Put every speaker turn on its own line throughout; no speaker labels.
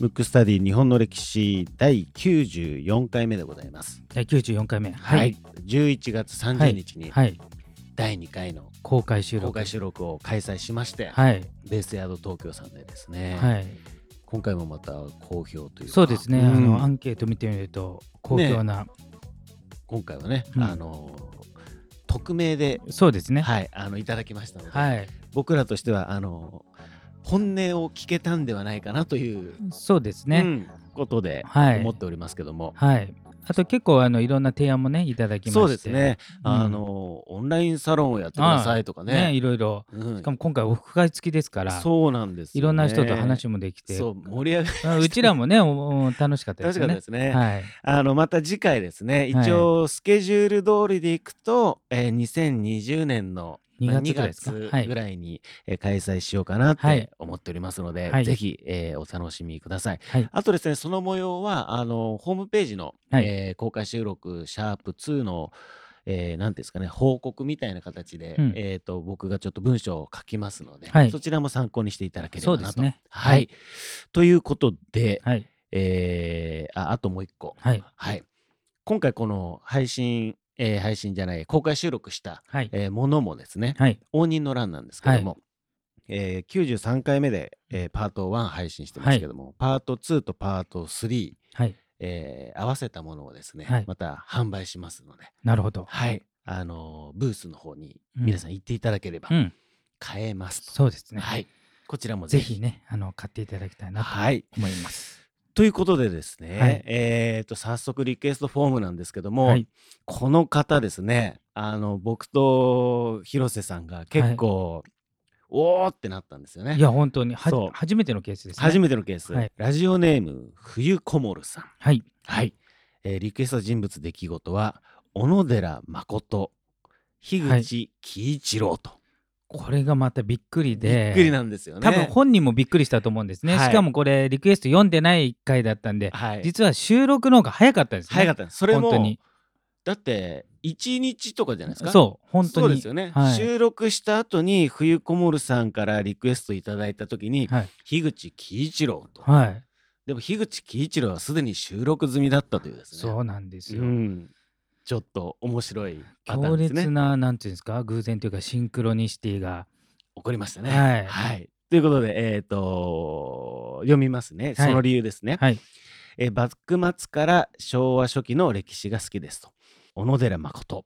ムックスタディ日本の歴史第94回目でございます。
第94回目はい、はい、
11月30日に第2回の
公開収録
公開収録を開催しまして、
はい
ベースヤード東京さんでですね、
はい
今回もまた好評というか
そうですね、
ん
あのアンケート見てみると好評な、
今回はね、
うん
あの匿名で、
そうですね
はい、あのいただきましたので、
はい
僕らとしてはあの本音を聞けたんではないかなという、
そうですね、
うんことで
はい
思っておりますけども、
はいあと結構あのいろんな提案もねいただきまして
そうですね、
うん
あのオンラインサロンをやってくださいとか
ね
ね
いろいろ
うん
しかも今回オフ会付きですから
そうなんですよね、
いろんな人と話もできて
そう盛り上がり
あうちらもねおお 楽しかったで
楽し
す
かった
よね
ですね、
はい
あのまた次回ですね一応スケジュール通りでいくと、えー2020年の
2
まあ
月ぐらいですか
2
は
月
い
ぐらいにえー開催しようかなっ
は
て
い
思っておりますので、
はい
ぜひ、えーお楽しみください。
はい
あとですね、その模様は、あの、ホームページの、
はい
えー公開収録、シャープ2の、えーなんていうんですかね、報告みたいな形で、
うん
えっ、と、僕がちょっと文章を書きますので、
はい
そちらも参考にしていただければなと。
そうですね
はい。
はい
ということで、
はい
えーあ、あともう一個。
はい
はい。今回、この配信、えー配信じゃない、公開収録した、
はい
えーものもですね、
はい
応仁の乱なんですけども、えー93回目で、えーパート1配信してますけども、パート2とパート3、
はい
えー合わせたものをですね、
はい
また販売しますので、
なるほど
はいあのーブースの方に
うん
皆さん行っていただければ
うん
買えますと、
そうですね
はい、こちらも
ぜ
ぜひ
ひねあの買っていただきたいなと
はい、
思います。
ということでですね、
はい
えー、と早速リクエストフォームなんですけども、
はい
この方ですねあの僕と広瀬さんが結構、おおってなったんですよね。
いや本当には
そう
初めてのケースですね。
初めてのケース、
はい
ラジオネーム冬こもるさん
はい
はい、えーリクエスト人物出来事は小野寺誠樋
はい
口喜一郎と、
これがまたびっくり
び
で
っくりなんですよね
多分本人もびっくりしたと思うんですね。
はい
しかもこれリクエスト読んでない回だったんで、
はい
実は収録の方が早かったですね。
早かったんですそれも
本当に
だって1日とかじゃないですか
そう本当に
そうですよね、
はい
収録した後に冬こもるさんからリクエストいただいた時に、
はい
樋口喜一郎と、
はい
でも樋口喜一郎はすでに収録済みだったというですね
そうなんですよ。
うん、ちょっと面白いパター
強
ンですね
烈ななんていうんですか偶然というかシンクロニシティが
起こりましたね。
はい
ということで、えっ、と読みますね。
は
そ
い
の理由ですね。
はい
えー幕末から昭和初期の歴史が好きですと。小野寺誠、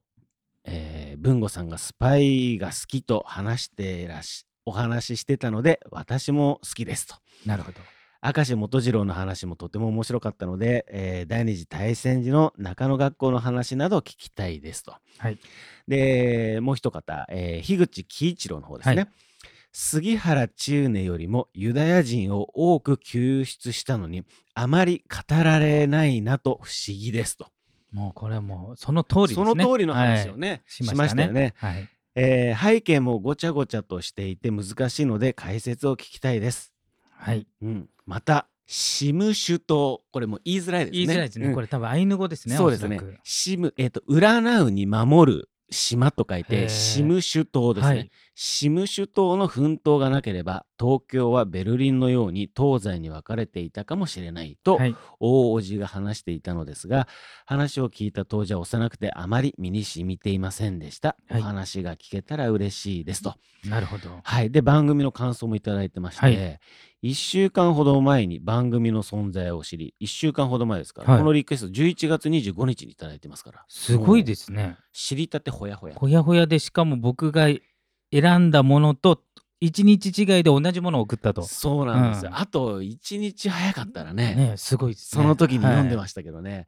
えー文吾さんがスパイが好きと話してらし、お話ししてたので、私も好きですと。
なるほど
明石元次郎の話もとても面白かったので、えー第二次大戦時の中野学校の話など聞きたいですと。
はい
でもう一方、えー樋口喜一郎の方ですね。
はい
杉原千畝よりもユダヤ人を多く救出したのにあまり語られないなと不思議ですと
もうこれはもうその通りです
そ
ね。
の通りの話を
はい
ね、
し
し
ま
まし
し
た
ね
たよね、
はい
えー背景もごちゃごちゃとしていて難しいので解説を聞きたいです、
はい
うん、またシムシュ島これも言いづらいですね
言いづらいですね、
うん
これ多分アイヌ語ですね
そうですね
おそらく
シムえっ、と占うに守る島と書い
へー
てシムシュ島ですね、
はい
シムシュ島の奮闘がなければ東京はベルリンのように東西に分かれていたかもしれないと
はい
大叔父が話していたのですが話を聞いた当時は幼くてあまり身に染みていませんでした、
はい
お話が聞けたら嬉しいですと
なるほど
はいで番組の感想もいただいてまして、
はい
1週間ほど前に番組の存在を知り1週間ほど前ですから、
はい
このリクエスト11月25日にいただいてますから
すごい
もう
ですね。
知りたてほやほや
ほやほやでしかも僕が選んだものと一日違いで同じものを送ったと。
そうなんですよ、
うん
あと1日早かったらね
ねすごいですね。
その時に読んで
し
ましたけどね、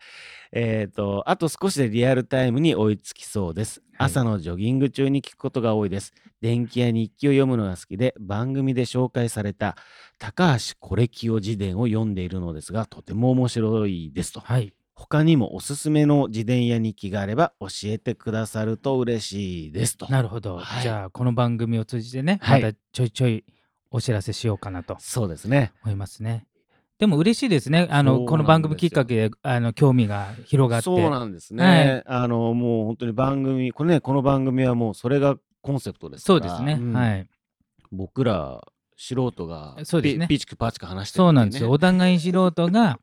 えっ、とあと少しでリアルタイムに追いつきそうです
はい
朝のジョギング中に聞くことが多いです電気や日記を読むのが好きで番組で紹介された高橋コレキオ自伝を読んでいるのですがとても面白いですと、
はい。
他にもおすすめの自伝や日記があれば教えてくださると嬉しいですと
なるほど。
はい
じゃあこの番組を通じてね、
はい
またちょいちょいお知らせしようかなと
そうですね
思いますね。でも嬉しいですね。あ
そうなん
の
ですよ
この番組きっかけであの興味が広がって。
そうなんですね、あのもう本当に番組これねこの番組はもうそれがコンセプトですか
そ
ら
うですね。
ん
はい。
僕ら素人が
そうですね
ピピチクパチク話してる
そ
って
う
い
なんですよ。お互い素人が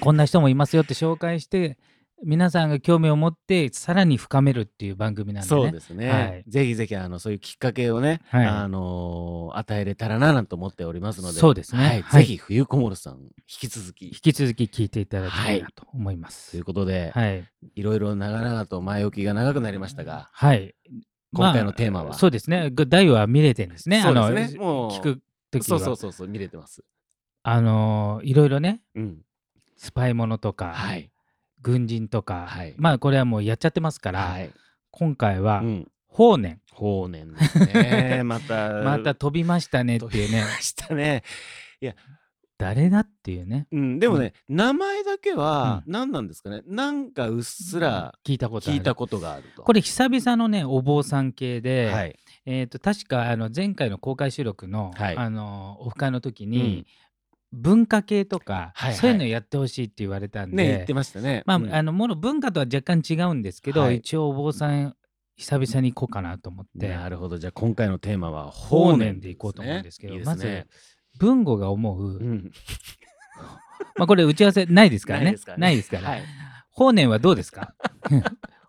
こんな人もいますよって紹介して皆さんが興味を持ってさらに深めるっていう番組なんでね。
そうですね、
はい
ぜひぜひあのそういうきっかけをね、
はい
あのー与えれたらななんて思っておりますので
そうですね
はい
はい
ぜひ冬小諸さん引き続き
引き続き聞いていただきたいなと思いま
と
す。
いうことで、
はい。
い、ろいろ長々と前置きが長くなりましたが、
はい。
今回のテーマは、
まあそうですね。ぐ題は見れてるんですね。
そうです
あの
もう
聞く時は
そうそうそうそう見れてます
あのいろいろね
うん
スパイものとか、
はい
軍人とか、
はい
まあこれはもうやっちゃってますから、
はい、
今回は
うん、
法然、
法然ですねまた
また飛びましたねって
飛
いう
び
ね
ましたね
誰だっていうね
うん、でもね、名前だけは何なんですかね、なんかうっすら
聞いたことあ
聞
る
いたことがあると。
これ久々のねお坊さん系で、
はい、
えー、と確かあの前回の公開収録の、
はい
あのオフ会の時に、文化系とか、
はいはい
そういうのやってほしいって言われたんで、
ね言ってましたね。
まあ、
うん
あのもの文化とは若干違うんですけど、
はい
一応お坊さん久々に行こうかなと思って
なるほどじゃあ今回のテーマは
法
法
然
然
でいこうと思うんですけど
いい
ま
ね
ず文吾が思う、
うん、
まあこれ打ち合わせないですから
ない
ね
ですからね
ないですから
はい、
法然はどうです か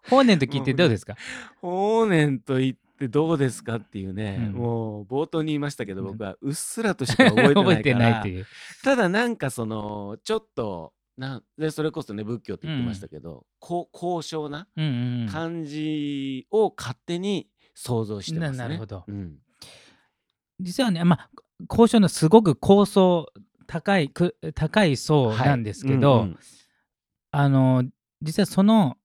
法然と聞いてどうですか
法然と言ってどうですかっていうね、
うん
もう冒頭に言いましたけど
うん
僕はうっすらとしか覚えてないから
覚えてないっていう
ただなんかそのちょっとなんでそれこそね仏教って言ってましたけど、こう高尚な
うんうんうん
感じを勝手に想像してますね。
ななるほど
うん
実はねまあ交渉のすごく高層高いく高い層なんですけど、
はいうんうん
あの実はその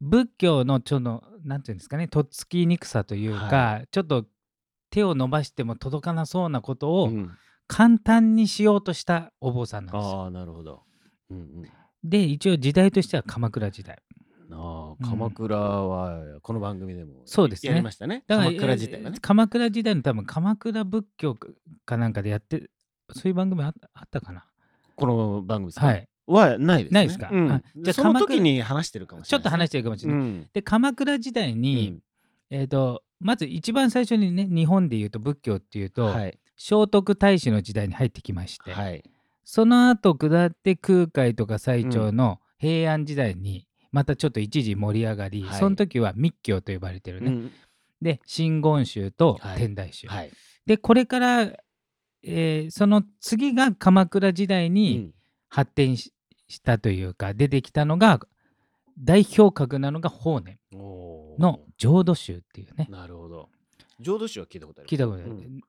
仏教のちょっとなんていうんですかねとっつきにくさというか、
は
ちょっと手を伸ばしても届かなそうなことを
うん
簡単にしようとしたお坊さんなんですよ。
ああなるほど。うんうん
で一応時代としては鎌倉時代。
あ
うん
あ鎌倉はこの番組でも
そうですね
やりましたね。
だから
鎌倉自体はね
え。鎌倉時代の多分鎌倉仏教かなんかでやってそういう番組あったあったかな。
この番組ですか
はい。
はないですね。
ないですか
うん
はいじ
じゃ
ゃあ
あその
鎌倉
時に話してるかもし
ちょ
れ
っ
な
と
い、
話し
ちょ
てるかもし
っ
れない。
話
で鎌倉時代に、えー、とまず一番最初にね日本でいうと仏教っていうと、
はい
聖徳太子の時代に入ってきまして、
はい
その後下って空海とか最澄の平安時代にまたちょっと一時盛り上がり、
はい
その時は密教と呼ばれてる
う
ね、
ん
で真言宗と
はい
天台宗、
はい
でこれから、えーその次が鎌倉時代
う
に
ん
発展し,、したというか出てきたのが代表格なのが法然
おー
の浄土宗っていうね
なるほど。浄土宗は聞いたことある。
聞いたことない、
うん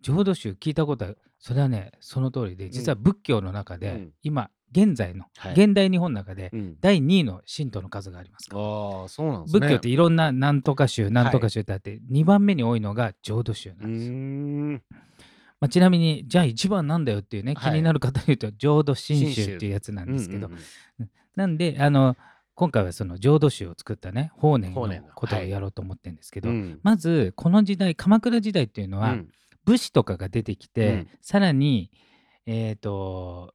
浄土宗聞いたことあるそれはねその通りで実は
う
仏教の中で、
うん
今現在の、
はい
現代日本の中で
うん
第2位の神道の数がありますから、
ああそうなんですね。
仏教っていろんな何とか宗何とか宗ってあって、2番目に多いのが浄土宗な
うー
んですよ、
ん
まあ、ちなみにじゃあ一番なんだよっていうね気
はい
になる方に言うと浄土真宗っていうやつなんですけど、なんであの今回はその浄土宗を作ったね法然
法
の
然の
ことを
はい
やろうと思ってるんですけど、
うんうんうん
まずこの時代鎌倉時代っていうのは、
うん
武士とかが出てきて、
うん
さらにえっ、と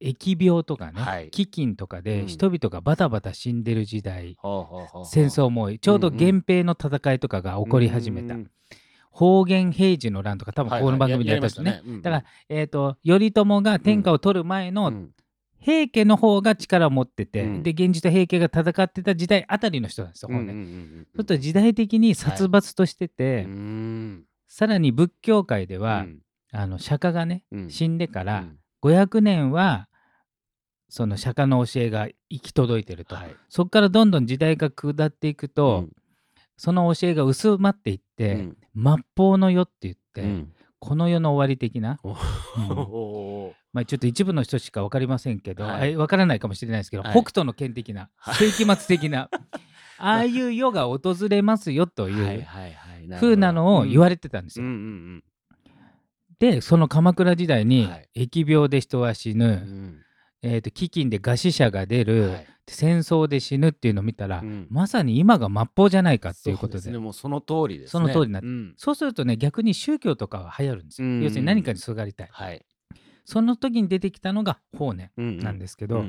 疫病とかね、
はい
飢饉とか
う
で
ん
人々がバタバタ死んでる時代、
ほうほうほうほう
戦争も多いちょうど
うんうん
源平の戦いとかが起こり始めた、
うん
方言平治の乱とか多分この番組でやったんですね。。だから、えー、と頼朝が天下を取る前の、平家の方が力を持ってて、
うん
で源氏と平家が戦ってた時代あたりの人なんですよ、
うん
本
うんう
来ち
ん
ょっと時代的に殺伐としてて、
うんうん
さらに仏教界で
う
は、
ん
あの釈迦がね
うん
死んでから
うん
500年はその釈迦の教えが行き届いてると、
はい
そこからどんどん時代が下っていくと、
うん
その教えが薄まっていって、
うん
末法の世って言って、
うん
この世の終わり的な、
お
うん
おお
まあ、ちょっと一部の人しか分かりませんけど、
はい
あれ分からないかもしれないですけど、
はい
北斗の拳的な世紀末的 なああいう世が訪れますよと
お
いう
はいはい
風なのを言われてたんです
うん
よ。
うん
でその鎌倉時代に
はい
疫病で人は死ぬ、
うん
えーと飢饉で餓死者が出
う
る、
んはい
戦争で死ぬっていうのを見たら、
うん
まさに今が末法じゃないかっていうことで
そすねもうその通りですね
その通りになって
うん
そうするとね逆に宗教とかは流行るんですよ、
うん
要するに何かにすがりたい
はい
その時に出てきたのが法然な
なん
ですすけど、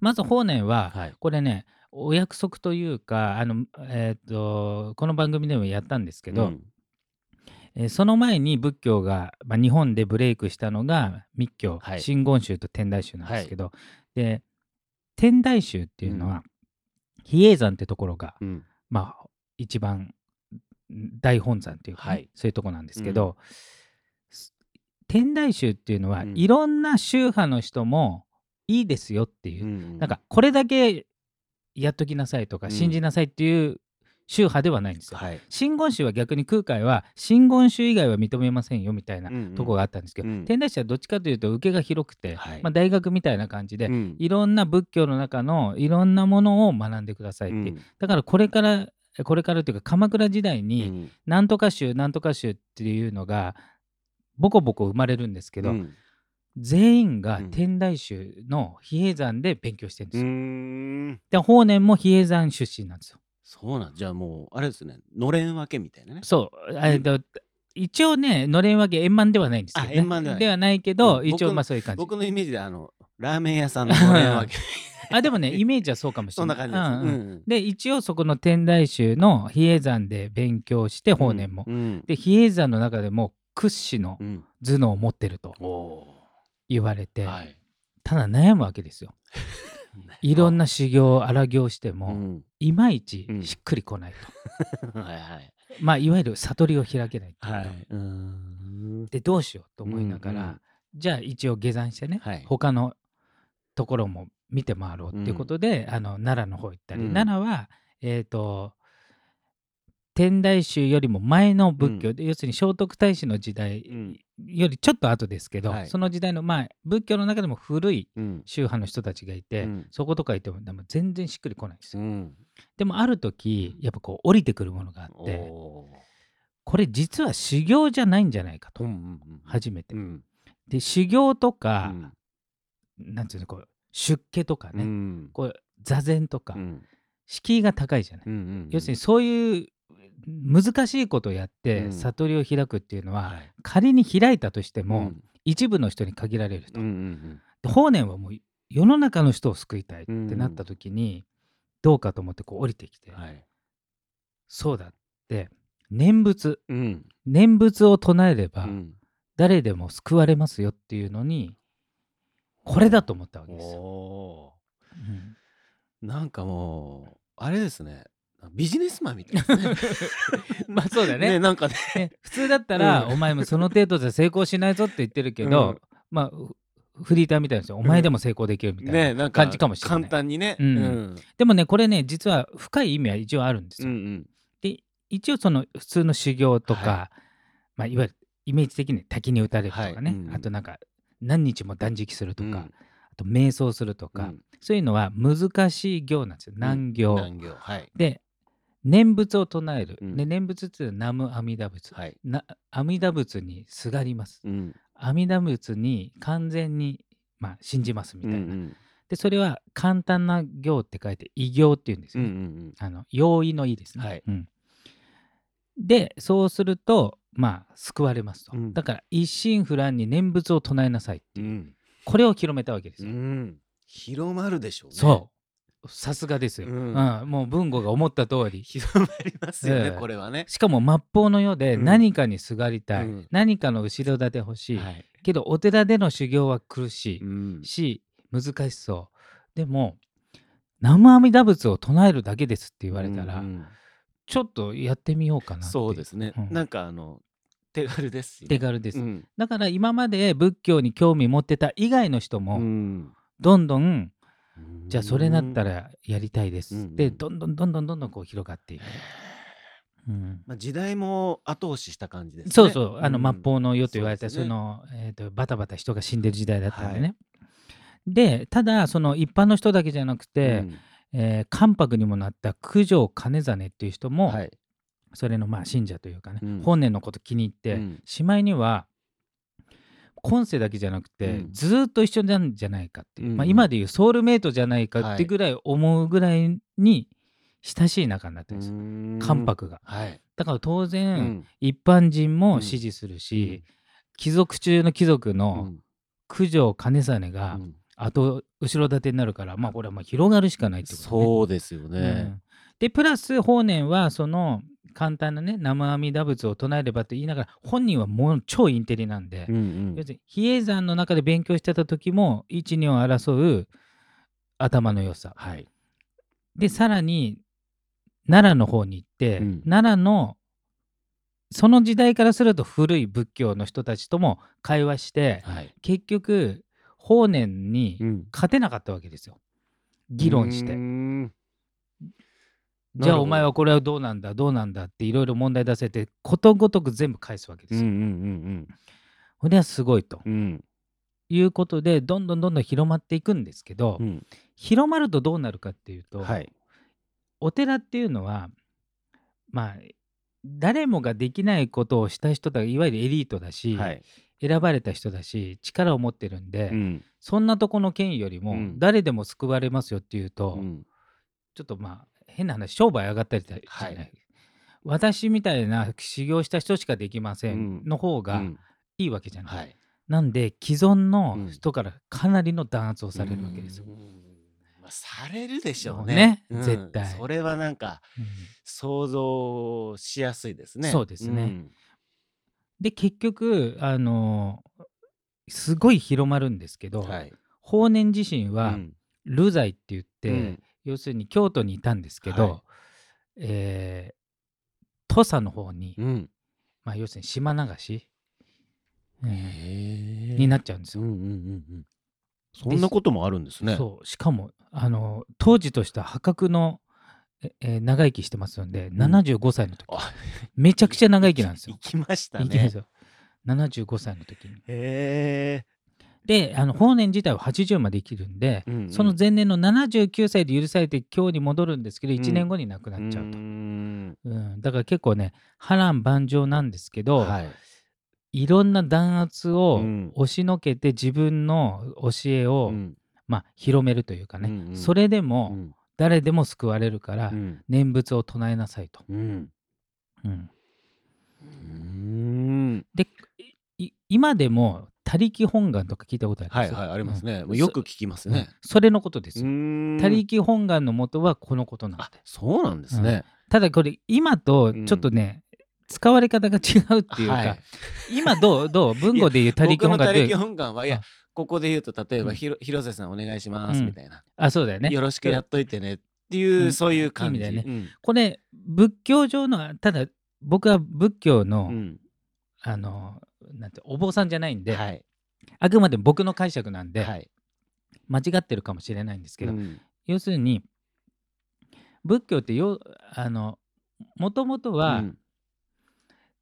まず法然は、
はい
これねお約束というかあの、えー、とこの番組でもやったんですけど、えーその前に仏教が、まあ、日本でブレイクしたのが密教、
はい
真言宗と天台宗なんですけど、で天台宗っていうのは、比叡山ってところが、
うん
まあ、一番ん大本山というかね、
はい
そういうとこなんですけど、す天台宗っていうのは、
うん
いろんな宗派の人もいいですよっていう、
うん
なんかこれだけやっときなさいとか、
うん
信じなさいっていう宗派ではないんですよ。
はい
真言宗は逆に空海は真言宗以外は認めませんよみたいなとこがあったんですけど、
うん
天台宗はどっちかというと受けが広くて、
はい
まあ、大学みたいな感じで、
うん
いろんな仏教の中のいろんなものを学んでくださいっていう、だからこれからこれからというか鎌倉時代
うん
になんとか宗なんとか宗っていうのがボコボコ生まれるんですけど、
うん
全員が
うん
天台宗の比叡山で勉強してるんで
う
すよ。
ーん
で法然も比叡山出身なんですよ。
そうなんじゃあもうあれですねのれん分けみたいなね
そう、えっと一応ねのれんわけ円満ではないんですけど、ね、
あ円満ではない
けど、
うん
一応
僕
まあそういう感じ
僕のイメージであのラーメン屋 さんののれん分け
あでも ねイメージはそうかもし
そ
れ
ん
な
ない感じです
うんうんで一応そこの天台宗の比叡山で勉強して法然も、
うんうん
で比叡山の中でも屈指の
うん
頭脳を持ってると
おお
言われ
ー
て、
はい
ただ悩むわけですよ。いろんな修行荒行して
う
も、
ん
いまいち
うん
しっくりこないと、
はいはい
まあいわゆる悟りを開けないっていうか
うーん
でどうしようと思いながら、
うんうん
じゃあ一応下山してね、
はい
他のところも見て回ろうっていうことで、あの奈良の方行ったり、
うん
奈良はえっ、と天台宗よりも前の仏教で、要するに聖徳太子の時代
うん
よりちょっと後ですけど、
はい
その時代のまあ仏教の中でも古い
うん
宗派の人たちがいて、
うん
そことか行ってもでも全然しっくりこないんです
う
よ、
ん
でもある時やっぱこう降りてくるものがあっ
お
て
おー
これ実は修行じゃないんじゃないかと、
うんうんうん
初めて、
うん
で修行と
う
か、
ん
なんていうのこう出家とかね、
うん
こう座禅とか、
うん
敷居が高いじゃない、
うんうん
要するにそういう難しいことをやって、
うん
悟りを開くっていうのは、
はい
仮に開いたとしても、
うん
一部の人に限られる
う
と、
んうん
で法然はもう世の中の人を救いたいってなった時に、どうかと思ってこう降りてきて、
うんはい
そうだって念仏
うん
念仏を唱えれば、
うん
誰でも救われますよっていうのにこれだと思ったわけ
お
ですよ。
お
うん
ーなんかもうあれですねビジネスマンみたいですね
まあそうだよね
ねなんかね
ね普通だったら、
うん
お前もその程度じゃ成功しないぞって言ってるけど、
うん
まあフフリーターみたいなんですよお前でも成功できるみたいな、
ねなん
感じかもしれない
簡単にね
うんでもねこれね実は深い意味は一応あるんです
うんう
よ、
ん
一応その普通の修行と
は
か、、
い
まあいわゆるイメージ的に滝に打たれるとかね、
はいうん
あとなんか何日も断食するとか、
うん
あと瞑想すると
う
か、
ん
そういうのは難しい行なんですよ難行、
難行はい
で念仏を唱える、
うん
で念仏っていうのは南無阿弥陀仏、
はい
な阿弥陀仏にすがります
うん
阿弥陀仏に完全に、まあ、信じますみたいな、
うん
でそれは簡単な行って書いて異行っていうんです
うんう
よ、
ん
ね
うん
あの容易の意ですね、
はい
うんでそうするとまあ救われますと、
うん
だから一心不乱に念仏を唱えなさいって
う
いうんこれを広めたわけです
う
よ、
ん広まるでしょうね
そうさすがですよ、
う
うんんもう文吾が思った通り
広まりますよね
ええ
これはね
しかも末法の世で
うん
何かにすがりたい、
うん
何かの後ろ盾欲しい、
はい
けどお寺での修行は苦しい、
うん
し難しそうでも南無阿弥陀仏を唱えるだけですって言われた
う
ら、
んうん
ちょっとやってみようかなってい
そうですね
うん
なんかあの手軽ですしね
手軽です、
うん
だから今まで仏教に興味持ってた以外の人も、
うん
どんどんじゃあそれなったらやりたいです、
うん
でどんどんどんどんどんどんこう広がっていく、うん
まあ、時代も後押しした感じですね。
そうそう、あの
ん
末法の世と言われた、
そうです
そ
ね
の、えーとバタバタ人が死んでる時代だったんでね。
は
で、ただ、その一般の人だけじゃなくて、えー関白にもなった九条兼実っていう人
うん
も、
はい
それのまあ信者というかね、
うん
本年のこと気に入って、
うん
しまいには、今世だけじゃなくて、
うん
ずーっと一緒なんじゃないかっていう、
うん
まあ、今でいうソウルメイトじゃないかってぐらい思うぐらいに親しい仲になってるんですよ、関白が。
はい、
だから当
う
然、
ん
一般人も支持する
うんうん、
し貴族中の貴族
う
の
ん
九条兼実が
うん
後後ろ盾になるから、まあこれはもう広がるしかないってことね。
そうですよ
う
ね。
んでプラス法然はその簡単なね生阿弥陀仏を唱えればって言いながら本人はもう超インテリなんで、
うんうん
要するに比叡山の中で勉強してた時も12を争う頭の良さ
はい。
でさらに奈良の方に行って、
うん
奈良のその時代からすると古い仏教の人たちとも会話して
はい。
結局法然に
うん
勝てなかったわけですよ議論して
うーん
じ
な
ゃ
るほ
あ
ど
お前はこれはどうなんだどうなんだっていろいろ問題出せてことごとく全部返すわけで
うん
す
う
よ。
ん
これはすごいと
うんうん。
いうことでどんどんどんどん広まっていくんですけど、
うん。
広まるとどうなるかっていうと、
はい。
お寺っていうのはまあ誰もができないことをした人だいわゆるエリートだし、
はい。
選ばれた人だし力を持ってるんで、
うん。
そんなとこの権威よりも、
うん
誰でも救われますよっていうと、
うん
ちょっとまあ変な話商売上がったりだじゃない、
は
私みたいな修行した人しかできません
うん
の方
う
が
ん
いいわけじゃない、
はい。
なんで既存
う
の
ん
人からかなりの弾圧をされるわけですよ、
うん。まあされるでしょう
ね
ね。うん
絶対
それはなんか
うん
想像しやすいですね。
そうですね
ん。
で結局あのすごい広まるんですけど、
はい。
法然自身
う
は
ん
流罪って言って、
うん
要するに京都にいたんですけど、
は
えー土佐の方に、
うん。
まあ、要するに島流し、えー
へえ
になっちゃうんです
う
よ。
んうんうんうん。そんなこともあるんですね。
そうしかもあの当時としては破格の、ええー長生きしてますので、
ん
75歳の時
あ
めちゃくちゃ長生きなんですよ。
行きました
生きてるん
ね
です。よ75歳の時に。
へ
であの法然自体は80まで生きるんで、
え。うんうん
その前年の79歳で許されて京に戻るんですけど
ん
1年後に亡くなっちゃうと、
ーん
うんだから結構ね波乱万丈なんですけど、
はい。
い、ろんな弾圧を
うん
押しのけて自分の教えを、
うん
まあ、広めるというかね、
うんうん
それで
う
も
ん
誰でも救われるから、
うん
念仏を唱えなさいと。
うん
うん
うん
でいい今でも「他力本願」とか聞いたことありま
は
す
いはいありますね。
うん
もうよく聞きますね。
うんそれのことですよ。他
他
力本願の元はこのことなんで
あそうなんですね。
ただこれ今とちょっとね、使われ方が違うっていうか、
はい
今どう どう文語で言う他力
僕の
本願
他
って
力本願はいや
あ
ここで言うと例え
う
ば
ん
ひろ広瀬さんお願いします
うん
みたいな
あそうだよね
よろしくやっといてねっていううんそういう感じ
いい意味だよ
ね。
これ仏教上のただ僕は仏教の、
うん
あのなんてお坊さんじゃないんで、
はい
あくまでも僕の解釈なんで、
はい
間違ってるかもしれないんですけど、
うん
要するに仏教ってよあのもともとは、
うん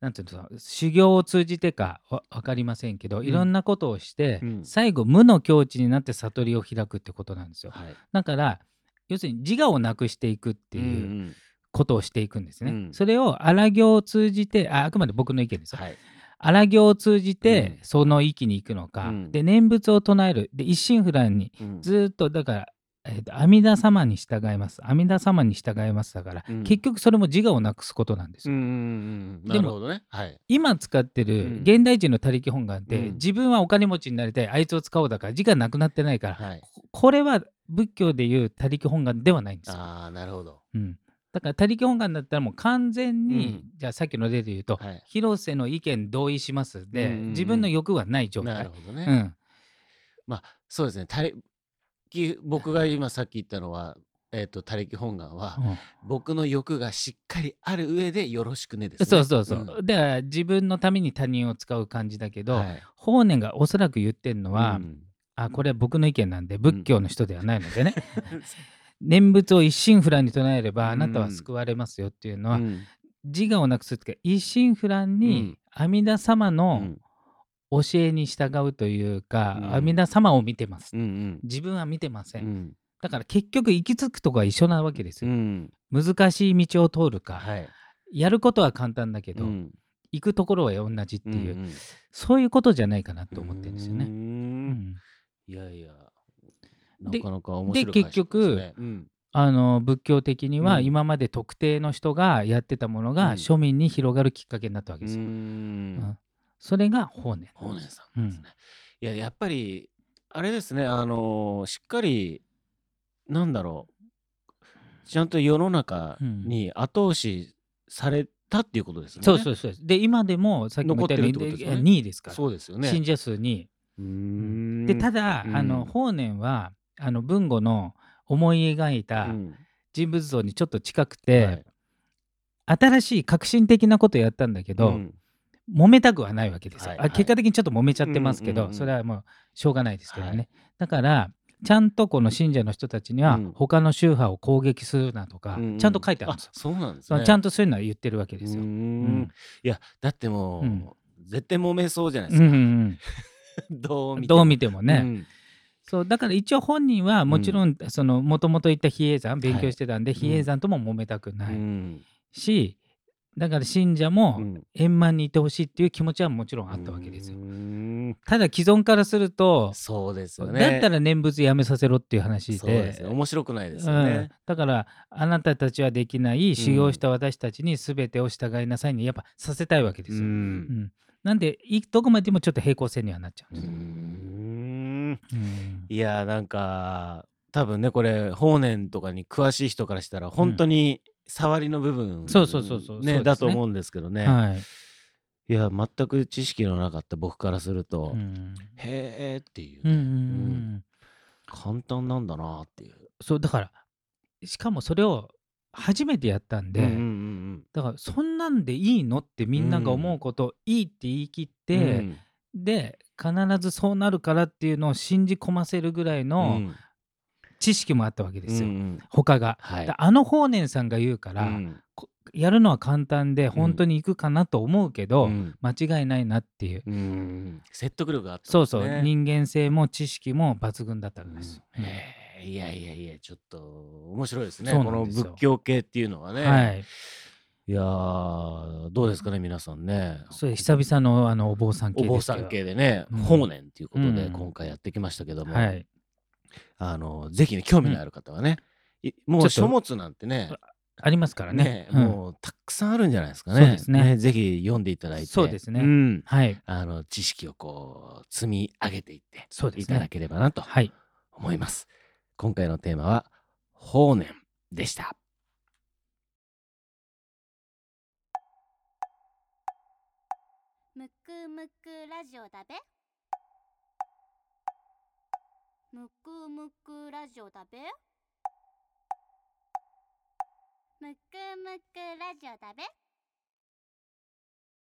なんていうの修行を通じてかわ分かりませんけど、
ん
いろんなことをして、
うん
最後無の境地になって悟りを開くってことなんですよ
はいっ
だから要するに自我をなくしていくっ
て
ていううことをしていくんですね、
うん
それを荒行を通じてああくまで僕の意見ですよ、
はい
荒行を通じて
うん
その域に行くのか、
うん
で念仏を唱えるで一心不乱に
うん
ずーっとだから、えーと阿弥陀様に従います阿弥陀様に従いますだから、
うん
結局それも自我をなくすことなんです
うん
よ、
うんうんうんな
でも
るほどね。はい
今使っ
う
て
ん
る現代人の他力本願って、
うん
自分はお金持ちになりたいあいつを使おうだから自我なくなってないから、
はい
ここれは仏教でいう他力本願ではないんですよ、
ああなるほど。
うん、だから他力本願だったらもう完全に、
うん
じゃあさっきの例で言うと、
はい
広瀬の意見同意しますで、
うんうんうん
自分の欲はない状態
なるほどね。
うん、
まあそうですね。他力僕が今さっき言ったのは、えっ、と、他力本願は、僕の欲がしっかりある上でよろしくねですね。
そうそうそう、
ん
で自分のために他人を使う感じだけど、
はい
法然がおそらく言ってるのは、
うん
あこれは僕の意見なんで仏教の人ではないのでね、 念仏を一心不乱に唱えればあなたは救われますよって いうのは、
うん
自我をなくすっていうか一心不乱
う
に
ん
阿弥陀様
う
の
ん
教えに従うというか、
うん
阿弥陀様を見てます、
うん
自分は見てませ、
うんん
だから結局行き着くとこは一緒なわけです
う
よ、
ん
難しい道を通るか、
はい
やることは簡単だけど、
うん
行くところは同じっていう、
んん
そういうことじゃないかなと思ってるんですよ
うー
ね。うんん
いやいやな
で
かなか面白い
で
解釈ですねうん
あの仏教的には
うん
今まで特定の人がやってたもの
うん
が庶民に広がるきっかけになった
う
わけですよ。
ん
うんそれが法然。
法然さんですね。いややっぱりあれですねあのーしっかりなんだろうちゃんと世の中に後押しされったっていうことですね。
そうそうそうです。で、今でも、さっきも言ったように、
残ってるってことですよね
2位ですから、
そうですよね。
信者数2位。
うーん
で、ただ、
うん
あの法然は、あの文語の思い描いた
うん
人物像にちょっと近く
は
て
い、
新しい革新的なことをやったんだけど、
うん
揉めたくはないわけですよ、
はい
あ
はい
結果的にちょっと揉めちゃってますけど、
うんうんうん
それはもうしょうがないですけどね、
はい
だからちゃんとこの信者の人たちには
うん
他の宗派を攻撃するなとか、
うん
ちゃんと書いてあるんですよ
あ、そうなんです
そ
ね。
のちゃん
と
とそういうのは言ってるわけですよ、うん
ん。いやだってもう、
うん
絶対揉めそうじゃないで
う
すか。
ん
どう
うん
見て
どう
も
見てもね、
うん
そうだから一応本人はもちろんもともと言った比叡山勉強してたんで、
い
比叡山とも揉めたくない
うん
し、だから信者
う
も
ん
円満にいてほしいっていう気持ちはもちろんあったわけですよ、
うん
ただ既存からすると
そうですよね。
だった
ら
ら念仏やめさせろっていう話で
そうですね。面白くないですよ
うん
ね。、
だからあなたたちはできない修行した私たちに全てを従いなさいにやっぱさせたいわけですよ。
ん。
うんなんでいどこまでもちょっと平行線にはなっちゃうん
う
ですよ。
ん
うん
いやなんか多分ねこれ法然とかに詳しい人からしたら本当に触りの部分、
そうそうそうそ
ね
うそうですね
だと思うんですけどね、
はい
い、や全く知識のなかった僕からすると、
うん
へーっていう、
うんうんうん
簡単なんだなっていう。
そうだからしかもそれを初めてやったんで、
うんうんうん
だからそんなんでいいのってみんなが思うことをいいって言い切っ
うん
て、で必ずそうなるからっていうのを信じ込ませるぐらい
うん
の知識もあったわけですよ、
うんうん
他が。
はい
だあの法然さんが言うから、
うん
こやるのは簡単で本当に行くかなと思うけど、
うん
間違いないなっていう、
うん説得力があった
そ
ん
う
です
そう、
ね
人間性も知識も抜群だったんです、
うんへーいやいやいやちょっと面白いですね
そう
こ
な
の
んですよ
仏教系っていうのはね、
はい
いやーどうですかね皆さんね
それ久々のあのお坊さん系
お
ですけど
坊さん系でね、
うん
法然ということで
うん
今回やってきましたけども、
はい
あのぜひね興味のある方はね、いもう
ちょっと
書物なんてね
ありますからね
ね
うん
もうたくさんあるんじゃないですかね
そうですね
ぜひ読んでいただいて
そうですね
ん
はい
あの知識をこう積み上げていって
そうで
い
す
ただ
ね
ければなと
はい
思います。今回のテーマは法然でした。
むくむくラジオだべむくむくラジオだべむくむくラジオだべ